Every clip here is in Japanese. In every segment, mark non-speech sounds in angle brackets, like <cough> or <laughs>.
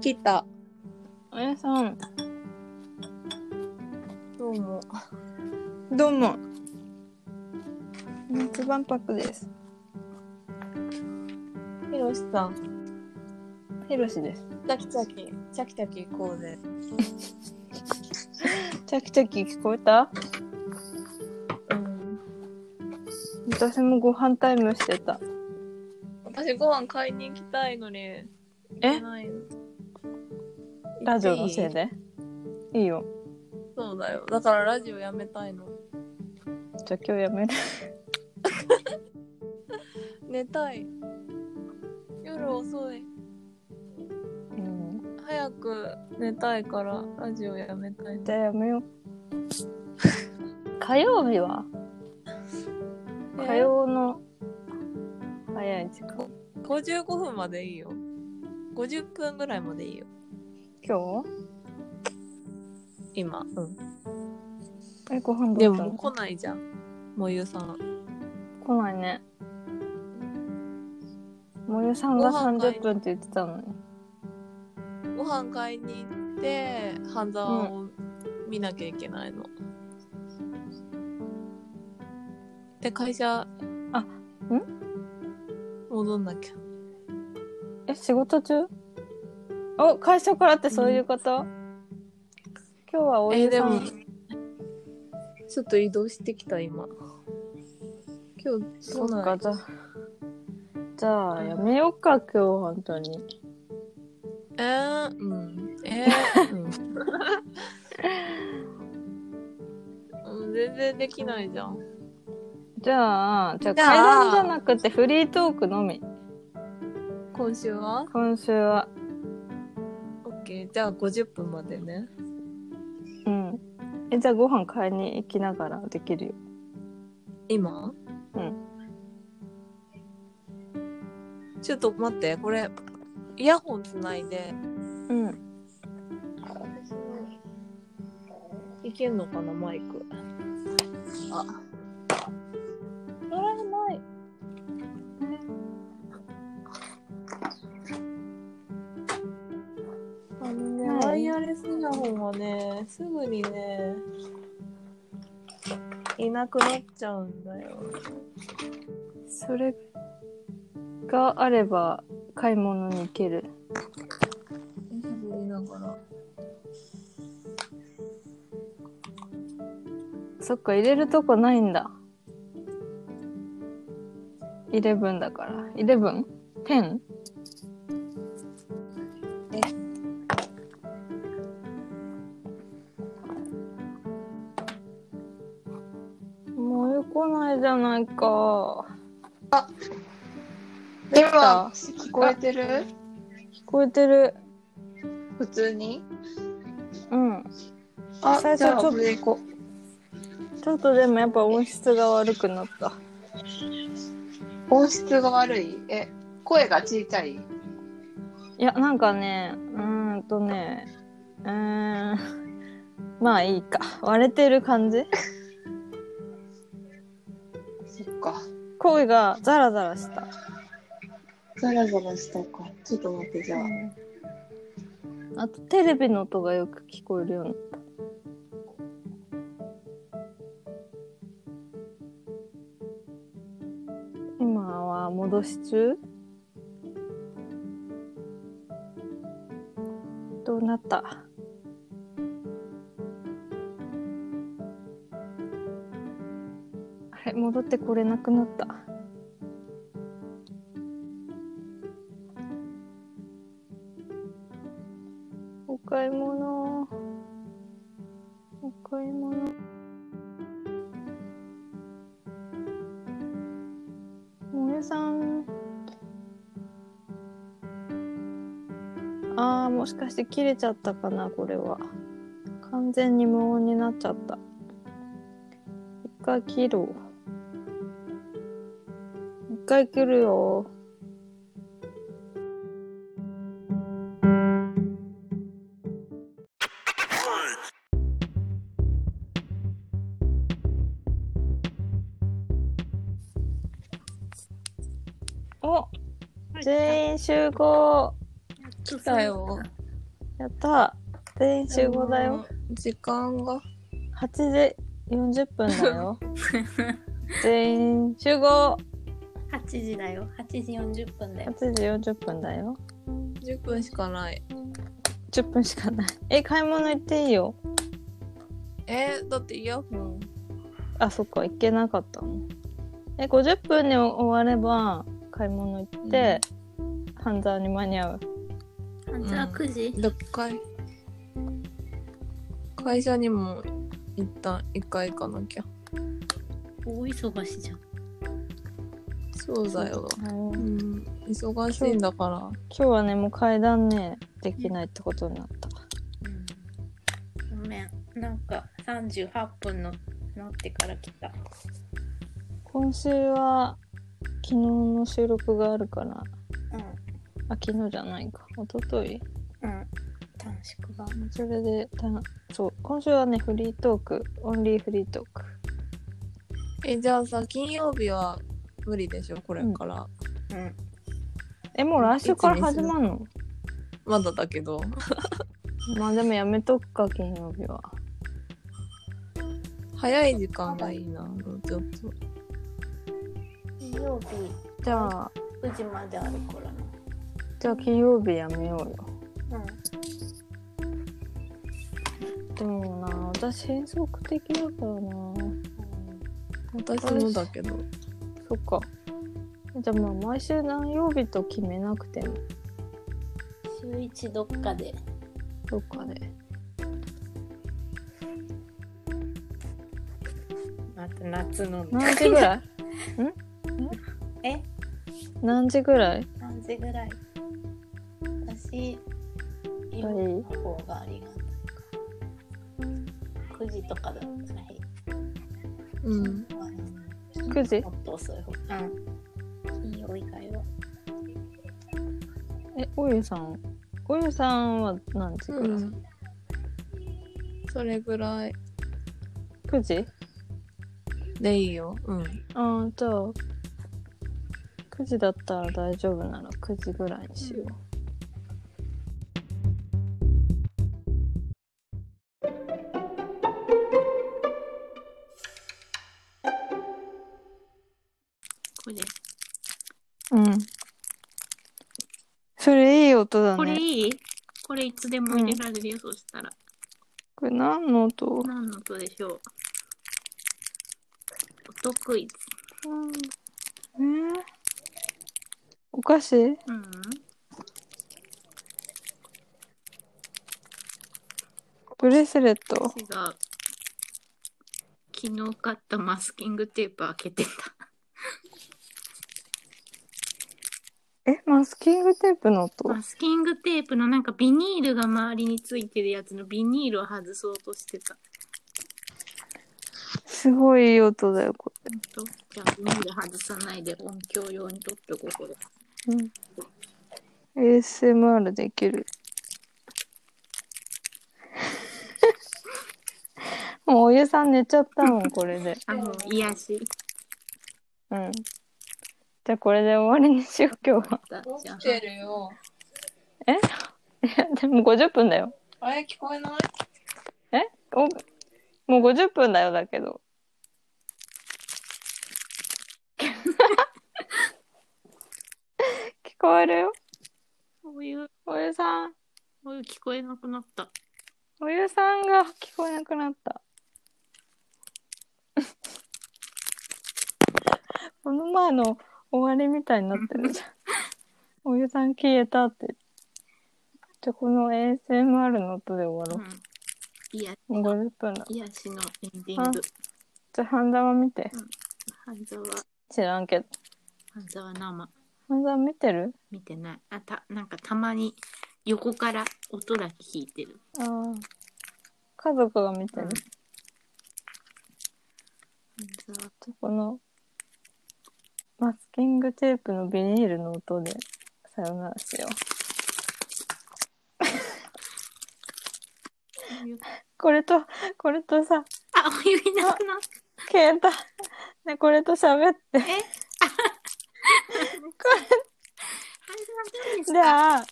切った。あやさん、どうも。どうも。熱番パックです。ひろしさん、ヘロシです。チャキチャキ、チャキチャキ行こうぜ。チャキチャキ聞こえたうん。私もご飯タイムしてた。私ご飯買いに行きたいのに。ええラジオのせい。行ってでいいよ。そうだよ。だからラジオやめたいの。じゃあ今日やめる。寝たい。夜遅い。うん、早く寝たいからラジオやめたいの。じゃあやめよう。火曜日は火曜の早い時間。 55分までいいよ。50分ぐらいまでいいよ。今今。うん。日え、ご飯でどうしたもの来ないじゃん。もゆさん。来ないね。もゆさんがご飯買い30分って言ってたのに。ご飯買いに行って半沢を見なきゃいけないの。で会社あん戻んなきゃ。え仕事中お会社からってそういうこと、今日はおえー湯でさもん、ちょっと移動してきた今。今日そ都っか内じゃあじゃあやめようか今日本当にえー、うんえー、うんうん。全然できないじゃん。じゃあじゃあじゃあ階段じゃなくてフリートークのみ今週は今週は ?OK。じゃあ50分までね。うんえじゃあご飯買いに行きながらできるよ今うんちょっと待って、これ、イヤホンつないで、うんいけんのかな、マイク。あ。それないあのね、はいワイヤレスイヤホンはね、すぐにね、いなくなっちゃうんだよ。それがあれば買い物に行ける喋りながら。そっか入れるとこないんだイレブンだからイレブンペンえもう来ないじゃないか今、聞こえてる聞こえてる普通にうんあ、最初じゃあちょっとこれでいこう。ちょっとでもやっぱ音質が悪くなった音質が悪いえ、声が小さいいやなんかねうーんとねうーんまあいいか割れてる感じそっか。声がザラザラしたザラザラしたか。ちょっと待って、じゃあ。あとテレビの音がよく聞こえるようになった。今は戻し中どうなったあれ戻ってこれなくなった。お買い物。お買い物。もえさん。ああ、もしかして切れちゃったかな、これは。完全に無音になっちゃった。一回切ろう。一回切るよ。お全員集合来たよ。やったー全員集合だよ。時間が。 8時40分だよ <laughs> 全員集合8時だよ8時40分だよ8時40分だよ10分しかない。 10分しかないえ買い物行っていいよえーだってイヤホン。あそっか行けなかったのえ50分に終われば買い物行って、半沢に間に合うあじゃあ9時、でっかい。会社にも一旦一回行かなきゃ。大忙しじゃんそうだよ。う今ん、忙しいんだから。日はねもう階段ねできないってことになったうんごめんなんか38分のなってから来た今週は昨日の収録があるからうあ昨日じゃないか一昨日んうん短縮版それでたそう今週はねフリートークオンリーフリートークえ、じゃあさ、金曜日は無理でしょ、これから。うんえもう来週から始まるのまだだけど。まあでもやめとくか金曜日は早い時間がいいな、ちょっと。金曜日じゃあ9時まであるからなじゃあ金曜日やめようようんでもな私変則的だからな私もだけど。そっかじゃあまあ毎週何曜日と決めなくても週一どっかでどっかでまた夏飲む何時ぐ <laughs> らいえ何時ぐらい何時ぐらい私や夜の方がありがたいか9時とかだったらいいうん。 9時もっと遅い方がうん金曜以外はえおゆさんおゆさんは何時ぐらい、うんそれぐらい9時でいいよ。うん。ああじゃあ9時だったら大丈夫なら9時ぐらいにしよう、これうん。それいい音だね。これいいこれいつでも入れられるよ、そしたら。これ何の音何の音でしょう音クイズ。えーお菓子うん。ブレスレット私が昨日買ったマスキングテープ開けてた。え、マスキングテープの音マスキングテープのなんかビニールが周りについてるやつのビニールを外そうとしてた。すごいいい音だよ、こほんとじゃあビニール外さないで音響用に取っておこうこれ。れ。うん。ASMR でき <laughs> る。もうお湯さん寝ちゃったもん、これで。あ、もう癒し。うん。じゃあこれで終わりにしよう、今日は。 <laughs> だじゃあるよ。いや、でも50分だよ。あれ聞こえないおもう50分だよだけど。 <laughs> 聞こえるよ。こういう、おゆさん。こういう聞こえなくなった。おゆさんが聞こえなくなった。 <laughs> この前の終わりみたいになってる <laughs> じゃん。おゆさん消えたって。じゃあこの ASMR の音で終うわん。癒ろしう。もう50分だ。癒しのエンディング。じゃあ半沢見て。半沢、知らんけど。半沢生半沢見てる見てない。あた、なんかたまに横から音だけ弾いてる。ああ。家族が見てうるん。半沢とこのマスキングテープのビニールの音でさよならしようお湯これとこれとさあ、お湯いなくなった。携帯ねこれと喋ってえじゃあ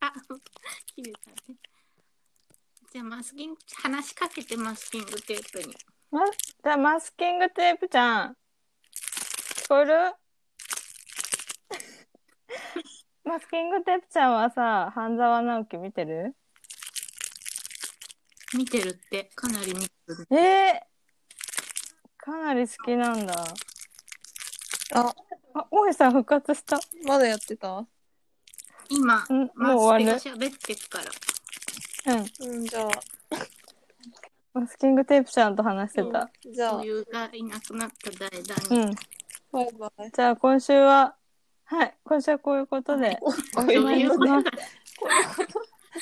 あ、切れたね。じゃあマスキング、話しかけてマスキングテープに。マスじゃあマスキングテープちゃん。聞こえる <laughs> マスキングテープちゃんはさ、半沢直樹見てる見てるって、かなり見てる。えー、かなり好きなんだ。あ、あ、大井さん復活した。まだやってた今、んもうマ終スキわがる。喋ってくから。ううん。ん、じゃあ。マスキングテープちゃんと話してた。じゃあ女、優がいなくなった代々うに。ん。バイバイ。じゃあ今週は、はい、今週はこういうことで。お女お願い優しがます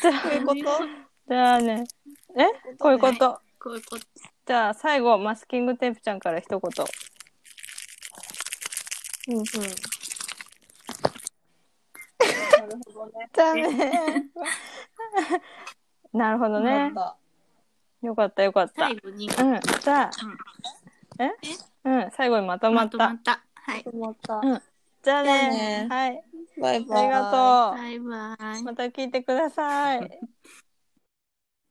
じゃこういうこと <laughs> あじゃあね、えこういうこと。こういうこと。じゃあ最後、マスキングテープちゃんから一言。うんうん。じゃあね。なるほどね。よかったよかった。う最ん。後に、じゃあ、えうん、最後にまとままっとまたっ。た。はい。止まった。じゃあじゃあねね。はい。バイバイ。ありがとう。バイバイ。また聞いてください。